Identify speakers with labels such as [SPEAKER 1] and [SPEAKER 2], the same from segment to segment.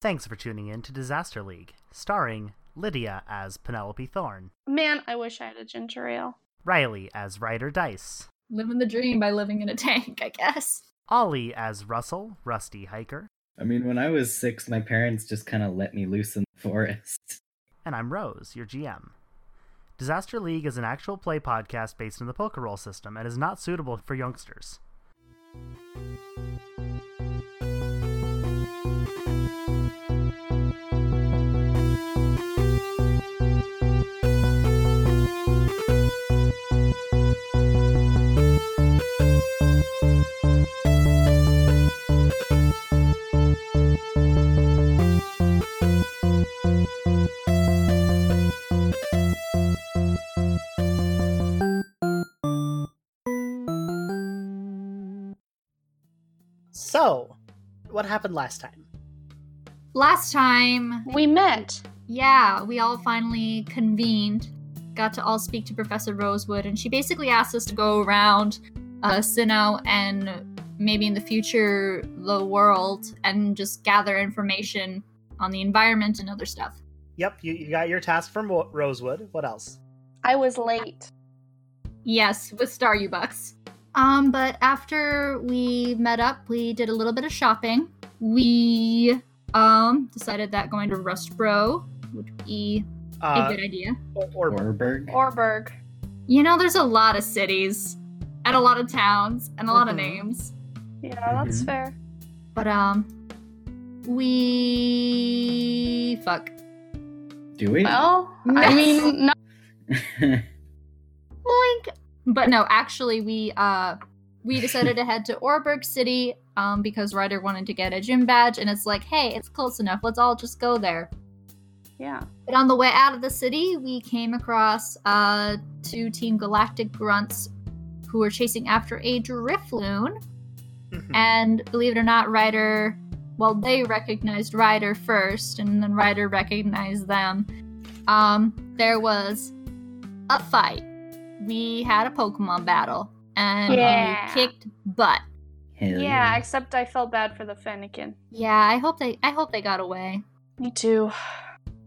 [SPEAKER 1] Thanks for tuning in to Disaster League, starring Lydia as Penelope Thorne,
[SPEAKER 2] Man, I wish I had a ginger ale.
[SPEAKER 1] Riley as Ryder Dice,
[SPEAKER 3] living the dream by living in a tank, I guess.
[SPEAKER 1] Ollie as Russell, Rusty Hiker,
[SPEAKER 4] I mean, when I was six, my parents just kind of let me loose in the forest.
[SPEAKER 1] and I'm Rose, your GM. Disaster League is an actual play podcast based on the poker roll system and is not suitable for youngsters.
[SPEAKER 5] So, what happened last time?
[SPEAKER 3] Last time,
[SPEAKER 2] We met.
[SPEAKER 3] yeah, we all finally convened, got to all speak to Professor Rosewood, and she basically asked us to go around uh, Sinnoh and maybe in the future the world and just gather information on the environment and other stuff.
[SPEAKER 5] Yep, you, you got your task from Wo- Rosewood. What else?
[SPEAKER 2] I was late.
[SPEAKER 3] Yes, with Star U Bucks. Um, but after we met up, we did a little bit of shopping. We um decided that going to Rustbro would be a
[SPEAKER 5] Uh,
[SPEAKER 3] good idea.
[SPEAKER 5] or, or-
[SPEAKER 4] Warburg.
[SPEAKER 2] Orberg.
[SPEAKER 3] You know, there's a lot of cities and a lot of towns and a lot of
[SPEAKER 5] Mhm.
[SPEAKER 3] names.
[SPEAKER 2] Yeah, that's
[SPEAKER 4] Mhm.
[SPEAKER 2] fair.
[SPEAKER 3] But um we fuck.
[SPEAKER 4] Do we?
[SPEAKER 2] Well, I mean, no.
[SPEAKER 3] Boink. But no, actually we uh we decided to head to Orberg City um because Ryder wanted to get a gym badge and it's like, hey, it's close enough. Let's all just go there.
[SPEAKER 2] Yeah.
[SPEAKER 3] But on the way out of the city, we came across uh, two Team Galactic grunts who were chasing after a Drifloon.
[SPEAKER 5] Mhm.
[SPEAKER 3] And believe it or not, Ryder, well, they recognized Ryder first, and then Ryder recognized them. Um, there was a fight. We had a Pokemon battle, and
[SPEAKER 2] Yeah.
[SPEAKER 3] we kicked butt.
[SPEAKER 4] Hell
[SPEAKER 2] Yeah, except I felt bad for the Fennekin.
[SPEAKER 3] Yeah, I hope they, I hope they got away.
[SPEAKER 2] Me too.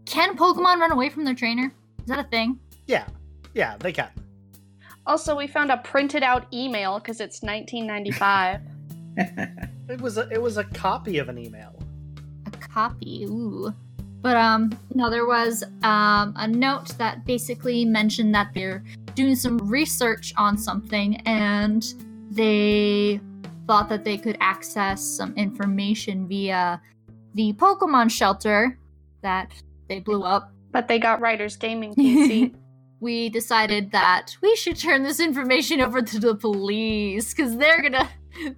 [SPEAKER 3] Can Pokemon run away from their trainer? Is that a thing?
[SPEAKER 5] yeah, yeah, they can.
[SPEAKER 2] Also, we found a printed out email because it's 1995.
[SPEAKER 5] It was a, it was a copy of an email.
[SPEAKER 3] a copy. Ooh. But um, no, there was um, a note that basically mentioned that they're doing some research on something and they thought that they could access some information via the Pokemon shelter that they blew up.
[SPEAKER 2] but they got Ryder's gaming PC.
[SPEAKER 3] we decided that we should turn this information over to the police because they're gonna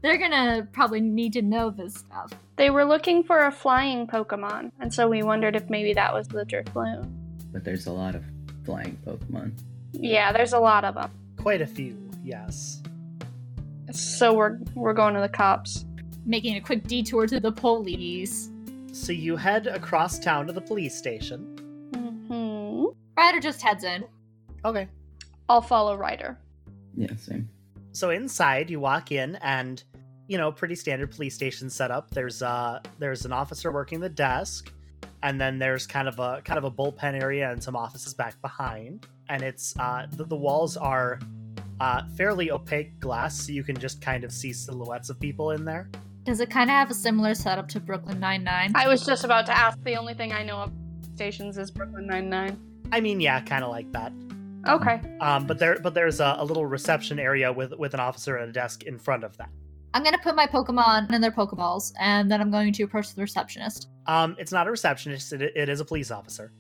[SPEAKER 3] they're gonna probably need to know this stuff.
[SPEAKER 2] they were looking for a flying Pokemon, and so we wondered if maybe that was the Drifloon.
[SPEAKER 4] But there's a lot of flying Pokemon.
[SPEAKER 2] Yeah, there's a lot of them.
[SPEAKER 5] Quite a few, yes.
[SPEAKER 2] So we're we're going to the cops.
[SPEAKER 3] Making a quick detour to the police.
[SPEAKER 5] So you head across town to the police station.
[SPEAKER 2] hmm
[SPEAKER 3] Ryder just heads in.
[SPEAKER 5] Okay.
[SPEAKER 2] I'll follow Ryder.
[SPEAKER 4] Yeah, same.
[SPEAKER 5] So inside, you walk in, and you know, pretty standard police station setup. There's uh, there's an officer working the desk, and then there's kind of a kind of a bullpen area and some offices back behind. And it's uh, the, the walls are uh, fairly opaque glass, so you can just kind of see silhouettes of people in there.
[SPEAKER 3] Does it kind of have a similar setup to Brooklyn Nine Nine?
[SPEAKER 2] I was just about to ask. The only thing I know of stations is Brooklyn Nine Nine.
[SPEAKER 5] I mean, yeah, kind of like that.
[SPEAKER 2] Okay.
[SPEAKER 5] Um, but there, but there's a, a little reception area with with an officer and a desk in front of that.
[SPEAKER 3] I'm gonna put my Pokemon in their Pokeballs, and then I'm going to approach the receptionist.
[SPEAKER 5] Um, it's not a receptionist; it, it is a police officer.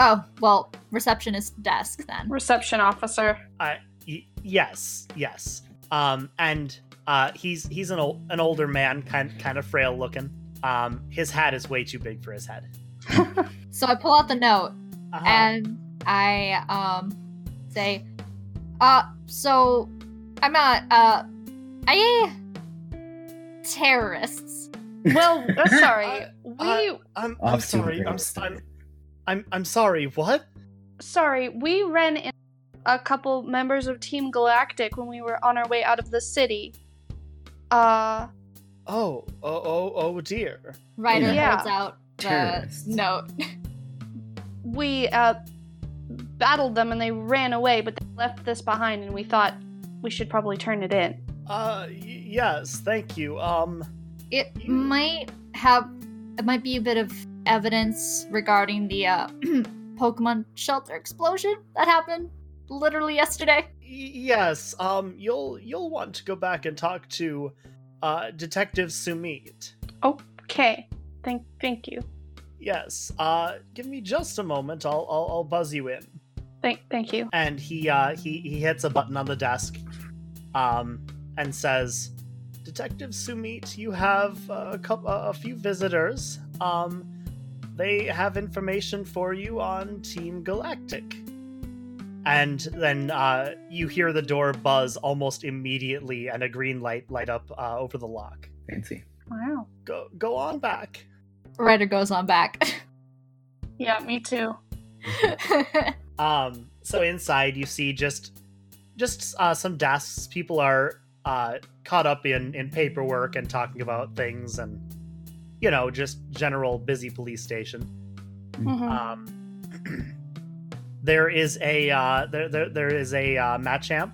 [SPEAKER 3] Oh, well, receptionist desk then.
[SPEAKER 2] Reception officer.
[SPEAKER 5] Y- yes, yes. Um, and uh, he's he's an old, an older man, kind kind of frail looking. Um, his hat is way too big for his head.
[SPEAKER 3] So I pull out the note
[SPEAKER 5] Uh-huh.
[SPEAKER 3] and I um say, uh, so I'm not uh, I terrorists.
[SPEAKER 2] Well, uh, sorry.
[SPEAKER 5] Uh,
[SPEAKER 2] We
[SPEAKER 5] I'm, I'm
[SPEAKER 4] Off to a
[SPEAKER 5] sorry.
[SPEAKER 4] great
[SPEAKER 5] I'm, s-
[SPEAKER 4] start.
[SPEAKER 5] I'm I'm I'm sorry. What?
[SPEAKER 2] sorry. We ran in a couple members of Team Galactic when we were on our way out of the city. Uh,
[SPEAKER 5] Oh, oh, oh, oh dear.
[SPEAKER 3] Ryder
[SPEAKER 2] Yeah.
[SPEAKER 3] holds out the
[SPEAKER 4] Terrorists.
[SPEAKER 3] note.
[SPEAKER 2] we uh, battled them and they ran away, but they left this behind, and we thought we should probably turn it in.
[SPEAKER 5] Uh, y- yes, thank you. Um,
[SPEAKER 3] It might have it might be a bit of evidence regarding the uh, Pokemon shelter explosion that happened literally yesterday.
[SPEAKER 5] y- yes. Um, you'll you'll want to go back and talk to, uh, Detective Sumit.
[SPEAKER 2] Okay, thank thank you,
[SPEAKER 5] Yes. Uh, give me just a moment. I'll I'll, I'll buzz you in.
[SPEAKER 2] thank thank you.
[SPEAKER 5] and he uh, he he hits a button on the desk, um, and says, "Detective Sumit, you have a couple, a few visitors. Um, they have information for you on Team Galactic." And then uh, you hear the door buzz almost immediately, and a green light light up uh, over the lock.
[SPEAKER 4] Fancy.
[SPEAKER 2] Wow.
[SPEAKER 5] Go go on back.
[SPEAKER 3] Ryder goes on back.
[SPEAKER 2] Yeah, me too.
[SPEAKER 5] Um, so inside you see just just uh, some desks. People are uh, caught up in in paperwork and talking about things, and you know, just general busy police station.
[SPEAKER 3] Hmm.
[SPEAKER 2] Mhm.
[SPEAKER 5] Um, there is a uh, there, there there is a uh, Machamp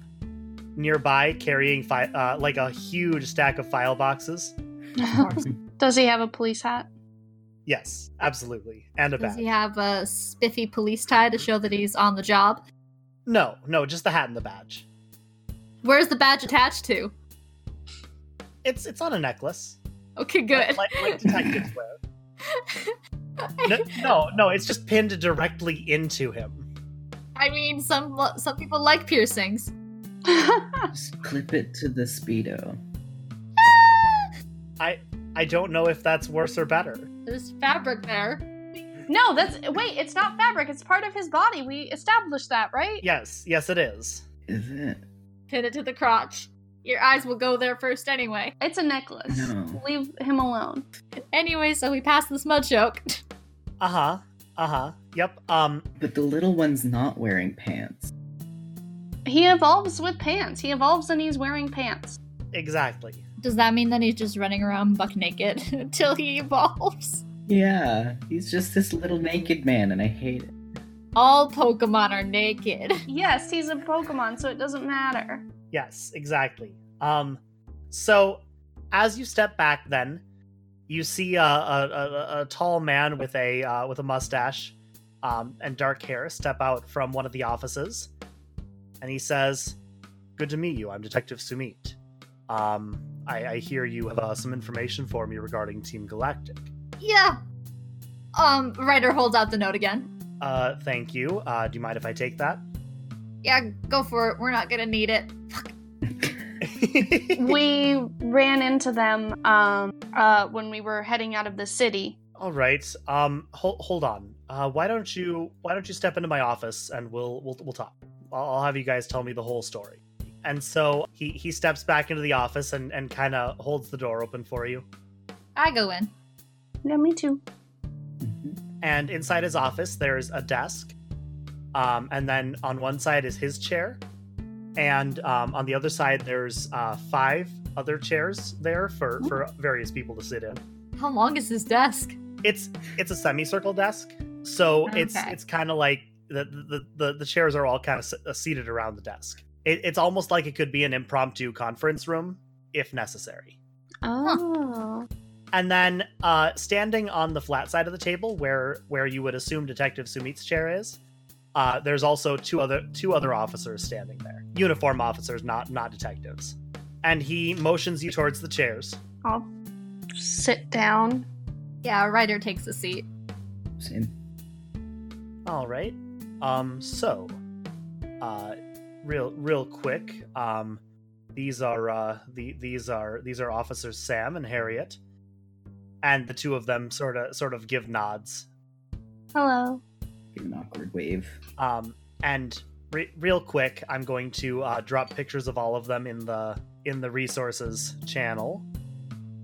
[SPEAKER 5] nearby carrying fi- uh, like a huge stack of file boxes.
[SPEAKER 2] Uh, Does he have a police hat?
[SPEAKER 5] Yes, absolutely, and a
[SPEAKER 3] Does
[SPEAKER 5] badge.
[SPEAKER 3] he have a spiffy police tie to show that he's on the job?
[SPEAKER 5] No, no, just the hat and the badge.
[SPEAKER 3] Where's the badge attached to?
[SPEAKER 5] It's it's on a necklace.
[SPEAKER 3] Okay, good.
[SPEAKER 5] Like, like detectives wear. no, no, no, it's just pinned directly into him.
[SPEAKER 3] I mean, some some people like piercings.
[SPEAKER 4] Just clip it to the speedo.
[SPEAKER 5] I don't know if that's worse or better.
[SPEAKER 3] There's fabric there.
[SPEAKER 2] no, that's wait. It's not fabric. It's part of his body. We established that, right?
[SPEAKER 5] Yes, yes, it is.
[SPEAKER 4] Is it?
[SPEAKER 3] Pin it to the crotch. Your eyes will go there first anyway.
[SPEAKER 2] It's a necklace.
[SPEAKER 4] No.
[SPEAKER 2] Leave him alone.
[SPEAKER 3] Anyway, so we passed this mud joke.
[SPEAKER 5] Uh huh. Uh huh. Yep. Um.
[SPEAKER 4] But the little one's not wearing pants.
[SPEAKER 2] He evolves with pants. He evolves and he's wearing pants.
[SPEAKER 5] Exactly.
[SPEAKER 3] Does that mean that he's just running around buck naked until he evolves?
[SPEAKER 4] Yeah, he's just this little naked man, and I hate it.
[SPEAKER 3] All Pokemon are naked.
[SPEAKER 2] Yes, he's a Pokemon, so it doesn't matter.
[SPEAKER 5] Yes. Exactly. Um. So, as you step back, then you see a a, a, a tall man with a uh, with a mustache, um, and dark hair step out from one of the offices, and he says, "Good to meet you. I'm Detective Sumit. Um, I, I hear you have uh, some information for me regarding Team Galactic.
[SPEAKER 3] Yeah. Um, Ryder holds out the note again.
[SPEAKER 5] Uh, thank you. Uh, do you mind if I take that?"
[SPEAKER 3] Yeah, go for it. We're not gonna need it.
[SPEAKER 2] we ran into them um, uh, when we were heading out of the city.
[SPEAKER 5] All right. Um, hold hold on. Uh, why don't you why don't you step into my office and we'll we'll we'll talk. I'll, I'll have you guys tell me the whole story. And so he he steps back into the office and and kind of holds the door open for you.
[SPEAKER 3] I go in.
[SPEAKER 2] Yeah, me too.
[SPEAKER 4] Mhm.
[SPEAKER 5] And inside his office there's a desk, um, and then on one side is his chair, and um, on the other side there's uh, five other chairs there for for various people to sit in.
[SPEAKER 3] How long is this desk?
[SPEAKER 5] it's it's a semicircle desk so it's
[SPEAKER 3] Okay.
[SPEAKER 5] it's kind of like the, the the the chairs are all kind of s- seated around the desk it, it's almost like it could be an impromptu conference room if necessary
[SPEAKER 2] Oh.
[SPEAKER 5] and then uh standing on the flat side of the table where where you would assume detective sumit's chair is uh there's also two other two other officers standing there uniform officers not not detectives and he motions you towards the chairs
[SPEAKER 2] I'll sit down.
[SPEAKER 3] Yeah, Ryder takes a seat.
[SPEAKER 4] Same.
[SPEAKER 5] All right. Um. So, uh, real real quick. Um, these are uh the these are these are officers Sam and Harriet, and the two of them sort of sort of give nods.
[SPEAKER 2] Hello.
[SPEAKER 4] Give an awkward wave.
[SPEAKER 5] Um. And re- real quick, I'm going to uh, drop pictures of all of them in the in the resources channel.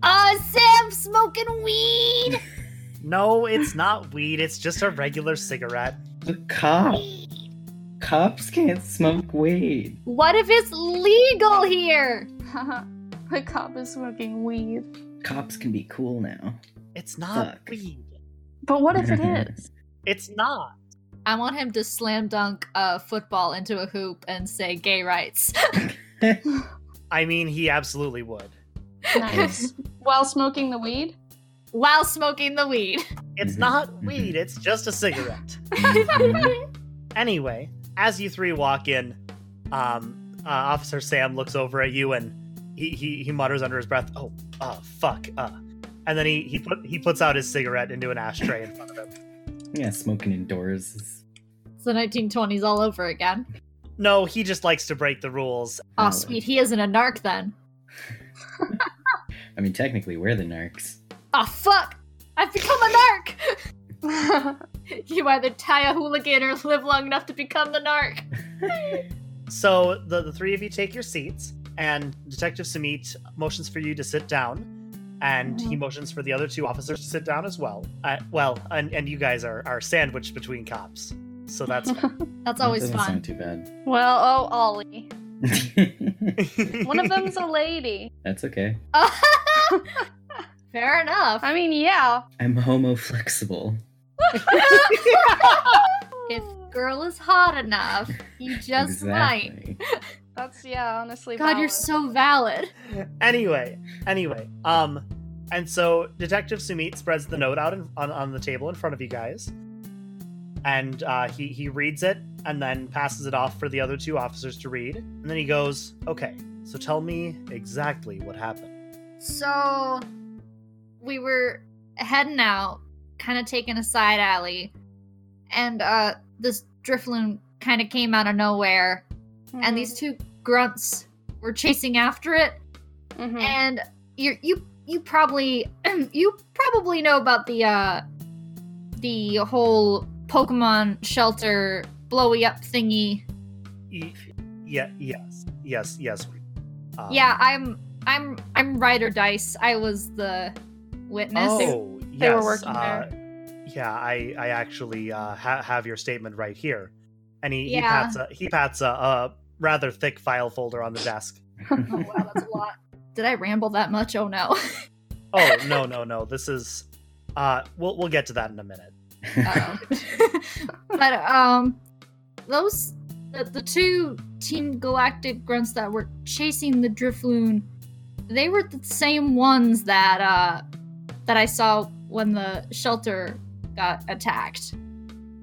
[SPEAKER 3] Oh, Sam smoking weed.
[SPEAKER 5] No, it's not weed. It's just a regular cigarette.
[SPEAKER 4] The cop. Cops can't smoke weed.
[SPEAKER 3] What if it's legal here?
[SPEAKER 2] the cop is smoking weed.
[SPEAKER 4] Cops can be cool now.
[SPEAKER 5] It's not
[SPEAKER 4] Fuck.
[SPEAKER 5] weed.
[SPEAKER 2] But what if it is?
[SPEAKER 5] It's not.
[SPEAKER 3] I want him to slam dunk a football into a hoop and say gay rights.
[SPEAKER 5] I mean, he absolutely would.
[SPEAKER 2] Nice. While smoking the weed?
[SPEAKER 3] While smoking the weed.
[SPEAKER 5] It's
[SPEAKER 4] Mhm.
[SPEAKER 5] not weed, it's just a cigarette. Anyway, as you three walk in, um, uh, Officer Sam looks over at you and he, he, he mutters under his breath, "Oh, uh, fuck." Uh. And then he he put, he puts out his cigarette into an ashtray in front of him.
[SPEAKER 4] yeah, smoking indoors is
[SPEAKER 3] it's the 1920s all over again.
[SPEAKER 5] No, he just likes to break the rules.
[SPEAKER 3] Oh,
[SPEAKER 4] valid.
[SPEAKER 3] sweet. He isn't a narc then.
[SPEAKER 4] I mean, technically, we're the narcs.
[SPEAKER 3] Oh, fuck. I've become a narc. You either tie a hooligan or live long enough to become the narc.
[SPEAKER 5] So the, the three of you take your seats, and Detective Sumit motions for you to sit down, and he
[SPEAKER 2] Mhm.
[SPEAKER 5] motions for the other two officers to sit down as well. Uh, well, and, and you guys are, are sandwiched between cops, so that's
[SPEAKER 3] That's
[SPEAKER 4] That
[SPEAKER 3] always
[SPEAKER 4] doesn't
[SPEAKER 3] fun.
[SPEAKER 4] Sound too bad.
[SPEAKER 2] well, oh, Ollie. One of
[SPEAKER 5] them.
[SPEAKER 2] them's a lady.
[SPEAKER 4] That's okay.
[SPEAKER 3] Fair enough.
[SPEAKER 2] I mean, yeah.
[SPEAKER 4] I'm homo flexible.
[SPEAKER 3] if
[SPEAKER 2] Oh.
[SPEAKER 3] girl is hot enough, you just might.
[SPEAKER 4] exactly.
[SPEAKER 2] That's, yeah, honestly.
[SPEAKER 3] God, you're
[SPEAKER 2] valid.
[SPEAKER 3] so valid.
[SPEAKER 5] anyway, anyway, um, and so Detective Sumit spreads the note out in, on on the table in front of you guys, and uh, he he reads it and then passes it off for the other two officers to read, and then he goes, "Okay, so tell me exactly what happened."
[SPEAKER 3] So we were heading out, kind of taking a side alley, and uh this Drifloon kind of came out of nowhere,
[SPEAKER 2] Mhm.
[SPEAKER 3] and these two grunts were chasing after it,
[SPEAKER 2] Mhm.
[SPEAKER 3] and you you you probably you probably know about the uh the whole Pokemon shelter blowy up thingy.
[SPEAKER 5] E- yeah, yes, yes, yes. Um,
[SPEAKER 3] yeah, I'm I'm I'm rider dice. I was the witness.
[SPEAKER 5] Oh, yes.
[SPEAKER 2] they were working
[SPEAKER 5] uh, Yeah, I, I actually uh, ha- have your statement right here, and he, he
[SPEAKER 3] Yeah.
[SPEAKER 5] pats a, he pats a, a rather thick file folder on the desk.
[SPEAKER 3] Oh, wow, that's a lot. Did I ramble that much? Oh no.
[SPEAKER 5] Oh no no no! This is, uh, we'll we'll get to that in a minute.
[SPEAKER 3] Uh-oh. Um, but um, those the, the two Team Galactic grunts that were chasing the Drifloon, they were the same ones that uh that I saw when the shelter got attacked,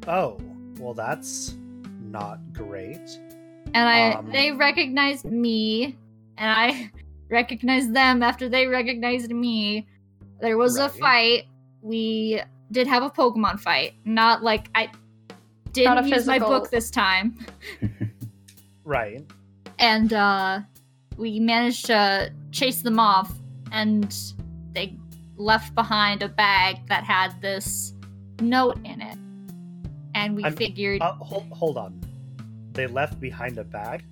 [SPEAKER 5] Oh well, that's not great.
[SPEAKER 3] and I
[SPEAKER 5] Um.
[SPEAKER 3] they recognized me, and I recognized them after they recognized me. There was a
[SPEAKER 5] Right.
[SPEAKER 3] fight. We did have a Pokemon fight, not like I didn't
[SPEAKER 2] Not a
[SPEAKER 3] use my
[SPEAKER 2] physical-
[SPEAKER 3] book this time.
[SPEAKER 5] Right?
[SPEAKER 3] and uh, we managed to chase them off and they left behind a bag that had this note in it and we
[SPEAKER 5] I'm-
[SPEAKER 3] figured
[SPEAKER 5] Uh, hold hold on. They left behind a bag.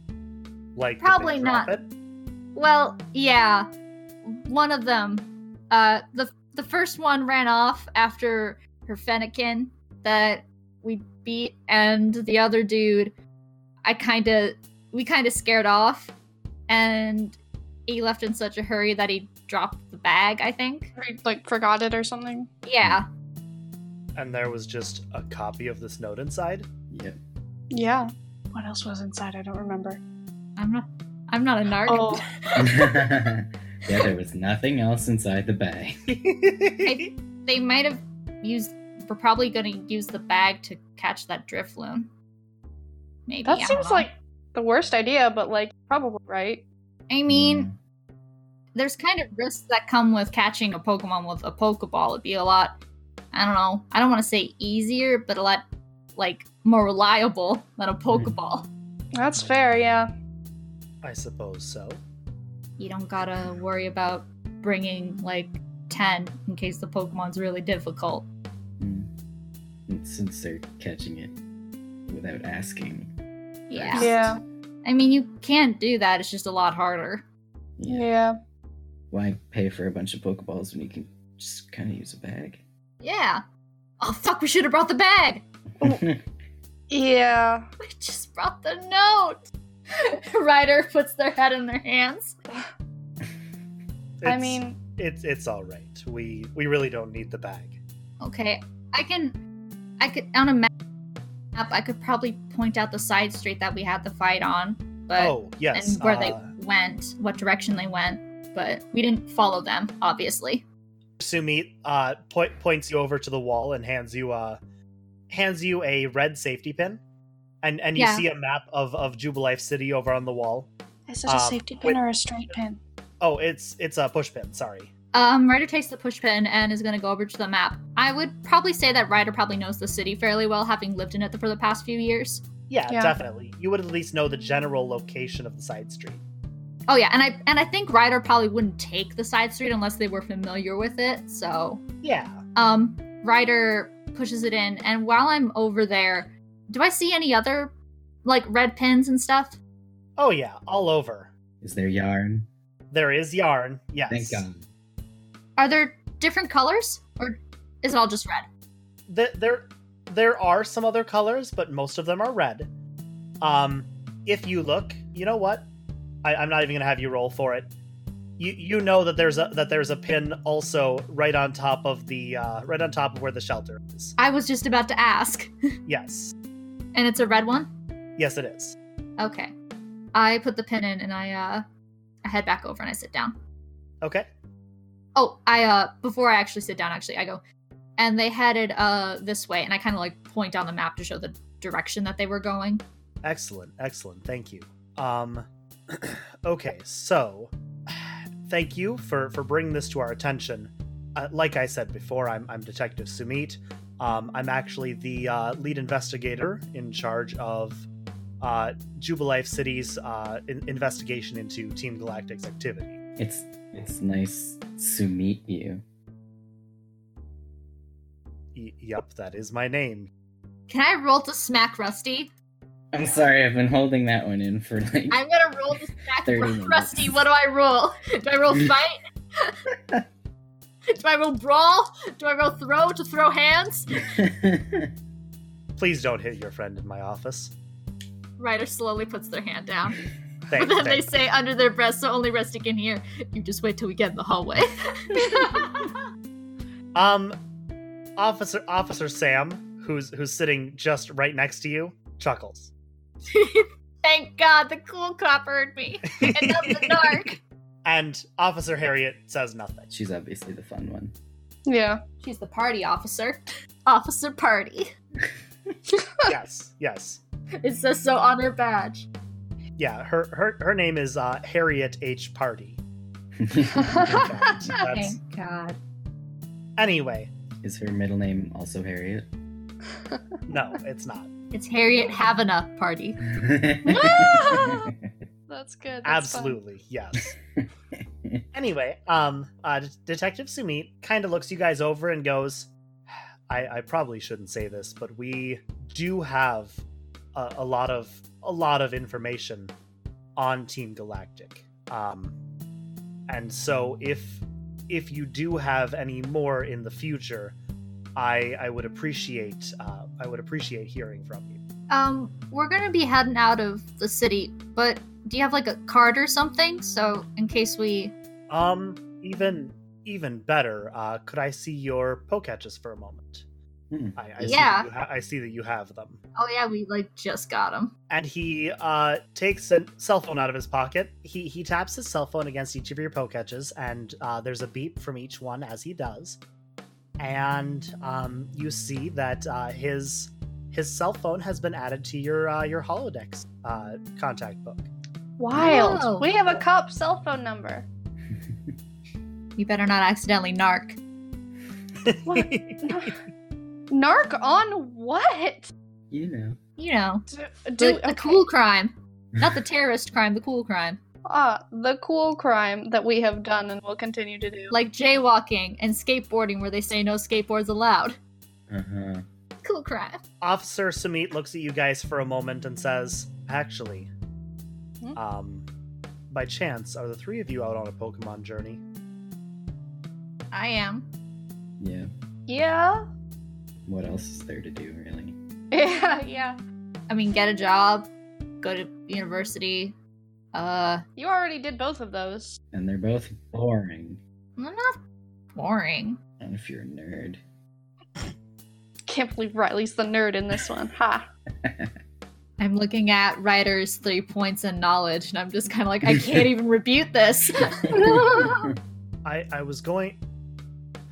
[SPEAKER 5] Like did they
[SPEAKER 3] Probably
[SPEAKER 5] drop
[SPEAKER 3] not.
[SPEAKER 5] it?
[SPEAKER 3] well yeah one of them uh the the first one ran off after her fennekin that we beat and the other dude i kind of we kind of scared off and he left in such a hurry that he dropped the bag i think
[SPEAKER 2] Or he, like, forgot it or something.
[SPEAKER 3] yeah
[SPEAKER 5] And there was just a copy of this note inside.
[SPEAKER 4] yep.
[SPEAKER 2] Yeah. What else was inside? I don't remember.
[SPEAKER 3] i'm not i'm not a narc
[SPEAKER 2] Oh.
[SPEAKER 4] yeah, there was nothing else inside the bag.
[SPEAKER 3] they might have used we're probably gonna use the bag to catch that driftloon maybe I
[SPEAKER 2] That
[SPEAKER 3] don't
[SPEAKER 2] seems
[SPEAKER 3] know.
[SPEAKER 2] like the worst idea, but, like, probably right.
[SPEAKER 3] i mean
[SPEAKER 2] Hmm.
[SPEAKER 3] there's kind of risks that come with catching a Pokemon with a Pokeball. It'd be a lot, I don't know, I don't want to say easier, but a lot like more reliable than a Pokeball.
[SPEAKER 2] That's fair, yeah.
[SPEAKER 5] I suppose so.
[SPEAKER 3] You don't gotta worry about bringing like 10 in case the Pokemon's really difficult.
[SPEAKER 4] Mm. And since they're catching it without asking.
[SPEAKER 3] Yeah.
[SPEAKER 2] Yeah.
[SPEAKER 3] I mean, you can do that, it's just a lot harder.
[SPEAKER 2] Yeah.
[SPEAKER 4] Why pay for a bunch of Pokeballs when you can just kind of use a bag?
[SPEAKER 3] Yeah. Oh, fuck, we should have brought the bag!
[SPEAKER 2] Yeah.
[SPEAKER 3] We just brought the note! Ryder puts their head in their hands.
[SPEAKER 2] I
[SPEAKER 5] It's-
[SPEAKER 2] mean,
[SPEAKER 5] it's it's all right. We we really don't need the bag.
[SPEAKER 3] Okay, I can, I could on a map, I could probably point out the side street that we had the fight on, but
[SPEAKER 5] oh yes,
[SPEAKER 3] and where
[SPEAKER 5] uh,
[SPEAKER 3] they went, what direction they went. But we didn't follow them, obviously.
[SPEAKER 5] Sumit uh, point, points you over to the wall and hands you uh, hands you a red safety pin, and and you
[SPEAKER 3] Yeah.
[SPEAKER 5] see a map of of Jubilife City over on the wall.
[SPEAKER 2] Is it a
[SPEAKER 5] Um,
[SPEAKER 2] safety pin
[SPEAKER 5] wait-
[SPEAKER 2] or a straight pin?
[SPEAKER 5] Oh, it's it's a push pin. Sorry.
[SPEAKER 3] Um, Ryder takes the push pin and is going to go over to the map. I would probably say that Ryder probably knows the city fairly well, having lived in it for the past few years.
[SPEAKER 5] Yeah,
[SPEAKER 2] Yeah.
[SPEAKER 5] definitely. You would at least know the general location of the side street.
[SPEAKER 3] Oh yeah, and I and I think Ryder probably wouldn't take the side street unless they were familiar with it. So,
[SPEAKER 5] Yeah.
[SPEAKER 3] um, Ryder pushes it in, and while I'm over there, do I see any other like red pins and stuff?
[SPEAKER 5] Oh yeah, all over.
[SPEAKER 4] Is there yarn?
[SPEAKER 5] There is yarn. Yes.
[SPEAKER 4] Thank God.
[SPEAKER 3] Are there different colors, or is it all just red?
[SPEAKER 5] Th- there there are some other colors, but most of them are red. Um, if you look, you know what? I, I'm not even gonna have you roll for it. You you know that there's a that there's a pin also right on top of the uh, right on top of where the shelter is.
[SPEAKER 3] I was just about to ask,
[SPEAKER 5] Yes,
[SPEAKER 3] and it's a red one.
[SPEAKER 5] yes it is.
[SPEAKER 3] Okay, I put the pin in, and I uh, I head back over and I sit down.
[SPEAKER 5] Okay.
[SPEAKER 3] Oh, I uh before I actually sit down, actually I go, and they headed uh this way, and I kind of like point on the map to show the direction that they were going.
[SPEAKER 5] Excellent, excellent. Thank you. Um, okay, so thank you for for bringing this to our attention. Uh, like I said before, I'm I'm Detective Sumit. Um, I'm actually the uh, lead investigator in charge of uh, Jubilife City's uh, in- investigation into Team Galactic's activity.
[SPEAKER 4] It's it's nice to meet you.
[SPEAKER 5] Y- yep, that is my name.
[SPEAKER 3] Can I roll to smack Rusty?
[SPEAKER 4] I'm sorry, I've been holding that one in for like.
[SPEAKER 3] I'm gonna roll to smack
[SPEAKER 4] 30 minutes.
[SPEAKER 3] Rusty. What do I roll? Do I roll fight? do I roll brawl? Do I roll throw to throw hands?
[SPEAKER 5] Please don't hit your friend in my office.
[SPEAKER 3] Ryder slowly puts their hand down,
[SPEAKER 5] Thank,
[SPEAKER 3] but then they
[SPEAKER 5] thank-
[SPEAKER 3] say under their breath so only Rusty can hear. You just wait till we get in the hallway.
[SPEAKER 5] Um, officer Officer Sam, who's who's sitting just right next to you, chuckles.
[SPEAKER 3] Thank God the cool cop heard me, and not the dark.
[SPEAKER 5] and Officer Harriet says nothing.
[SPEAKER 4] She's obviously the fun one.
[SPEAKER 2] Yeah.
[SPEAKER 3] She's the party officer. Officer party.
[SPEAKER 5] yes, yes,
[SPEAKER 3] It says so on her badge.
[SPEAKER 5] yeah. Her her her name is uh, Harriet H. Party. In fact, that's-
[SPEAKER 3] God.
[SPEAKER 5] anyway,
[SPEAKER 4] Is her middle name also Harriet?
[SPEAKER 5] no, it's not.
[SPEAKER 3] It's Harriet Havana party.
[SPEAKER 2] That's good.
[SPEAKER 5] Absolutely, yes. anyway, um, uh, Det- Detective Sumit kind of looks you guys over and goes, "I I probably shouldn't say this, but we do have a, a lot of a lot of information on Team Galactic. Um, and so if if you do have any more in the future, I I would appreciate uh, I would appreciate hearing from you.
[SPEAKER 3] Um, we're gonna be heading out of the city, but do you have like a card or something? So in case we
[SPEAKER 5] Um, even even better. Uh, could I see your catches for a moment?
[SPEAKER 4] Hmm.
[SPEAKER 5] I, I see
[SPEAKER 3] Yeah.
[SPEAKER 5] that you ha- I see that you have them.
[SPEAKER 3] Oh yeah, we like just got him.
[SPEAKER 5] And he uh, takes a cell phone out of his pocket. He he taps his cell phone against each of your catches, and uh, there's a beep from each one as he does. And um, you see that uh, his his cell phone has been added to your uh, your holodex uh, contact book.
[SPEAKER 2] Wild.
[SPEAKER 3] Whoa.
[SPEAKER 2] We have a cop cell phone number.
[SPEAKER 3] You better not accidentally narc.
[SPEAKER 2] What? Narc on what?
[SPEAKER 4] you know.
[SPEAKER 3] You know,
[SPEAKER 2] Do, do
[SPEAKER 3] like the
[SPEAKER 2] okay.
[SPEAKER 3] cool crime, not the terrorist crime, the cool crime,
[SPEAKER 2] Ah, the cool crime that we have done and will continue to do.
[SPEAKER 3] like jaywalking and skateboarding, where they say no skateboards allowed.
[SPEAKER 4] Uh huh.
[SPEAKER 3] Cool crime.
[SPEAKER 5] Officer Sumit looks at you guys for a moment and says, "Actually,
[SPEAKER 2] Hmm?
[SPEAKER 5] um, by chance, are the three of you out on a Pokemon journey?"
[SPEAKER 3] I am.
[SPEAKER 4] Yeah.
[SPEAKER 2] yeah.
[SPEAKER 4] What else is there to do, really?
[SPEAKER 2] Yeah, yeah.
[SPEAKER 3] I mean, get a job, go to university. Uh,
[SPEAKER 2] You already did both of those.
[SPEAKER 4] And they're both boring.
[SPEAKER 3] I'm not boring.
[SPEAKER 4] Not if you're a nerd.
[SPEAKER 2] Can't believe Riley's the nerd in this one. Ha.
[SPEAKER 3] I'm looking at writers' three points and knowledge, and I'm just kind of like, I can't even rebuke this.
[SPEAKER 5] I I was going.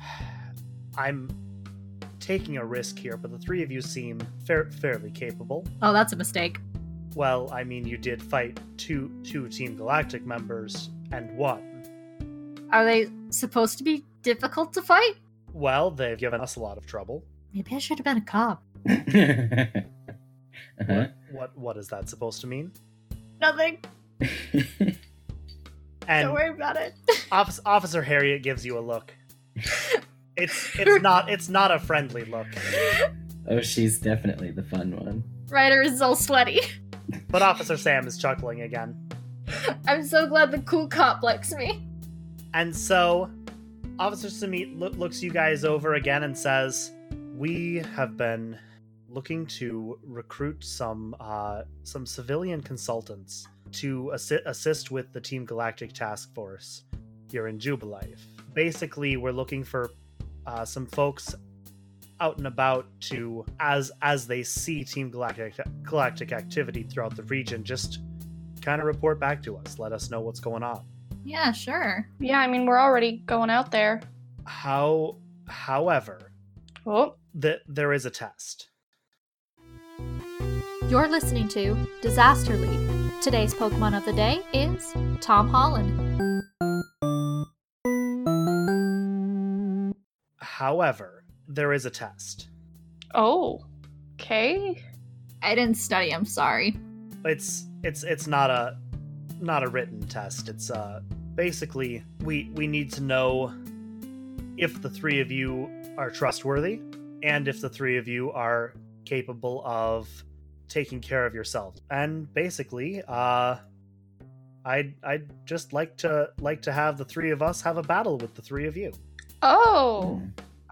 [SPEAKER 5] I'm taking a risk here, but the three of you seem fair, fairly capable.
[SPEAKER 3] oh, that's a mistake.
[SPEAKER 5] Well, I mean, you did fight two two Team Galactic members and one.
[SPEAKER 3] Are they supposed to be difficult to fight?
[SPEAKER 5] Well, they've given us a lot of trouble.
[SPEAKER 3] Maybe I should have been a cop.
[SPEAKER 4] Uh-huh.
[SPEAKER 5] What what is that supposed to mean?
[SPEAKER 3] Nothing.
[SPEAKER 5] And
[SPEAKER 3] Don't worry about it.
[SPEAKER 5] Office, Officer Harriet gives you a look. It's it's not it's not a friendly look.
[SPEAKER 4] oh, she's definitely the fun one.
[SPEAKER 3] Ryder is all sweaty.
[SPEAKER 5] But Officer Sam is chuckling again.
[SPEAKER 3] I'm so glad the cool cop likes me.
[SPEAKER 5] And so Officer Samit loo- looks you guys over again and says, "We have been looking to recruit some uh, some civilian consultants to assi- assist with the Team Galactic Task Force here in Jubilife. Basically, we're looking for uh, some folks out and about to as as they see Team Galactic Galactic activity throughout the region. Just kind of report back to us. Let us know what's going on.
[SPEAKER 3] Yeah, sure.
[SPEAKER 2] Yeah, I mean we're already going out there.
[SPEAKER 5] How, however,
[SPEAKER 2] Oh,
[SPEAKER 5] that there is a test.
[SPEAKER 6] You're listening to Disaster League. Today's Pokemon of the Day is Tom Holland.
[SPEAKER 5] However, there is a test.
[SPEAKER 2] oh, okay.
[SPEAKER 3] I didn't study, I'm sorry.
[SPEAKER 5] It's it's it's not a not a written test. It's uh basically we we need to know if the three of you are trustworthy and if the three of you are capable of taking care of yourselves. And basically, uh I'd I'd just like to like to have the three of us have a battle with the three of you.
[SPEAKER 2] Oh,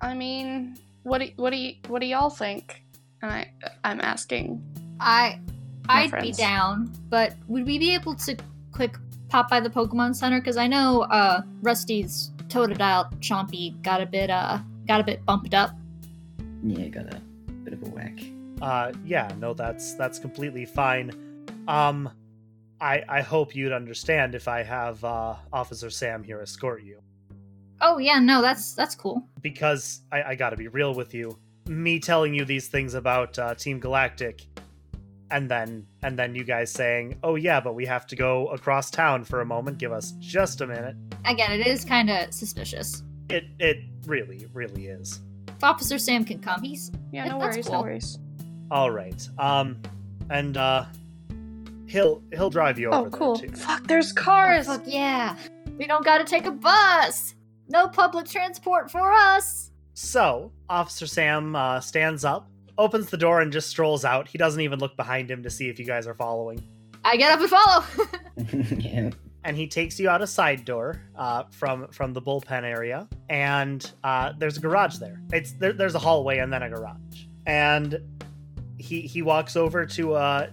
[SPEAKER 2] I mean, what do, what do you what do y'all think? And I I'm asking.
[SPEAKER 3] I
[SPEAKER 2] My
[SPEAKER 3] I'd
[SPEAKER 2] friends.
[SPEAKER 3] be down, but would we be able to quick pop by the Pokemon Center? Because I know uh Rusty's Totodile Chompy got a bit uh got a bit bumped up.
[SPEAKER 4] Yeah, got a bit of a whack.
[SPEAKER 5] Uh, yeah, no, that's that's completely fine. Um, I I hope you'd understand if I have uh, Officer Sam here escort you
[SPEAKER 3] Oh yeah, no, that's that's cool.
[SPEAKER 5] because I, I got to be real with you. Me telling you these things about uh, Team Galactic, and then and then you guys saying, "Oh yeah, but we have to go across town for a moment. Give us just a minute."
[SPEAKER 3] Again, it is kinda suspicious.
[SPEAKER 5] It it really really is.
[SPEAKER 3] If Officer Sam can come, he's
[SPEAKER 2] Yeah,
[SPEAKER 3] Yeah,
[SPEAKER 2] no
[SPEAKER 3] that's
[SPEAKER 2] worries, no
[SPEAKER 3] cool.
[SPEAKER 2] worries.
[SPEAKER 5] All right. Um, and uh, he'll he'll drive you over
[SPEAKER 2] Oh, cool.
[SPEAKER 5] there too.
[SPEAKER 2] Fuck, there's
[SPEAKER 3] Oh,
[SPEAKER 2] cars.
[SPEAKER 3] fuck yeah. We don't gotta take a bus. No public transport for us.
[SPEAKER 5] So, Officer Sam uh, stands up, opens the door, and just strolls out. He doesn't even look behind him to see if you guys are following.
[SPEAKER 3] I get up and follow.
[SPEAKER 4] yeah.
[SPEAKER 5] And he takes you out a side door uh, from from the bullpen area, and uh, there's a garage there. It's there, there's a hallway and then a garage. And he he walks over to a,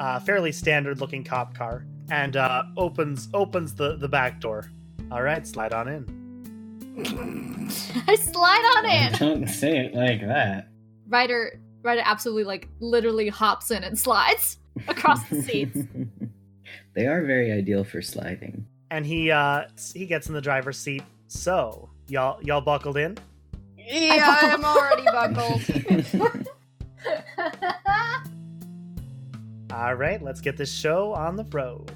[SPEAKER 5] a fairly standard looking cop car and uh, opens opens the the back door. All right, slide on in.
[SPEAKER 3] I slide on in.
[SPEAKER 4] Don't say it like that.
[SPEAKER 3] Ryder Ryder absolutely like literally hops in and slides across the seats.
[SPEAKER 4] they are very ideal for sliding.
[SPEAKER 5] And he uh, he gets in the driver's seat. So y'all y'all buckled in.
[SPEAKER 2] yeah,
[SPEAKER 3] buckled.
[SPEAKER 2] I'm already buckled.
[SPEAKER 5] All right, let's get this show on the road.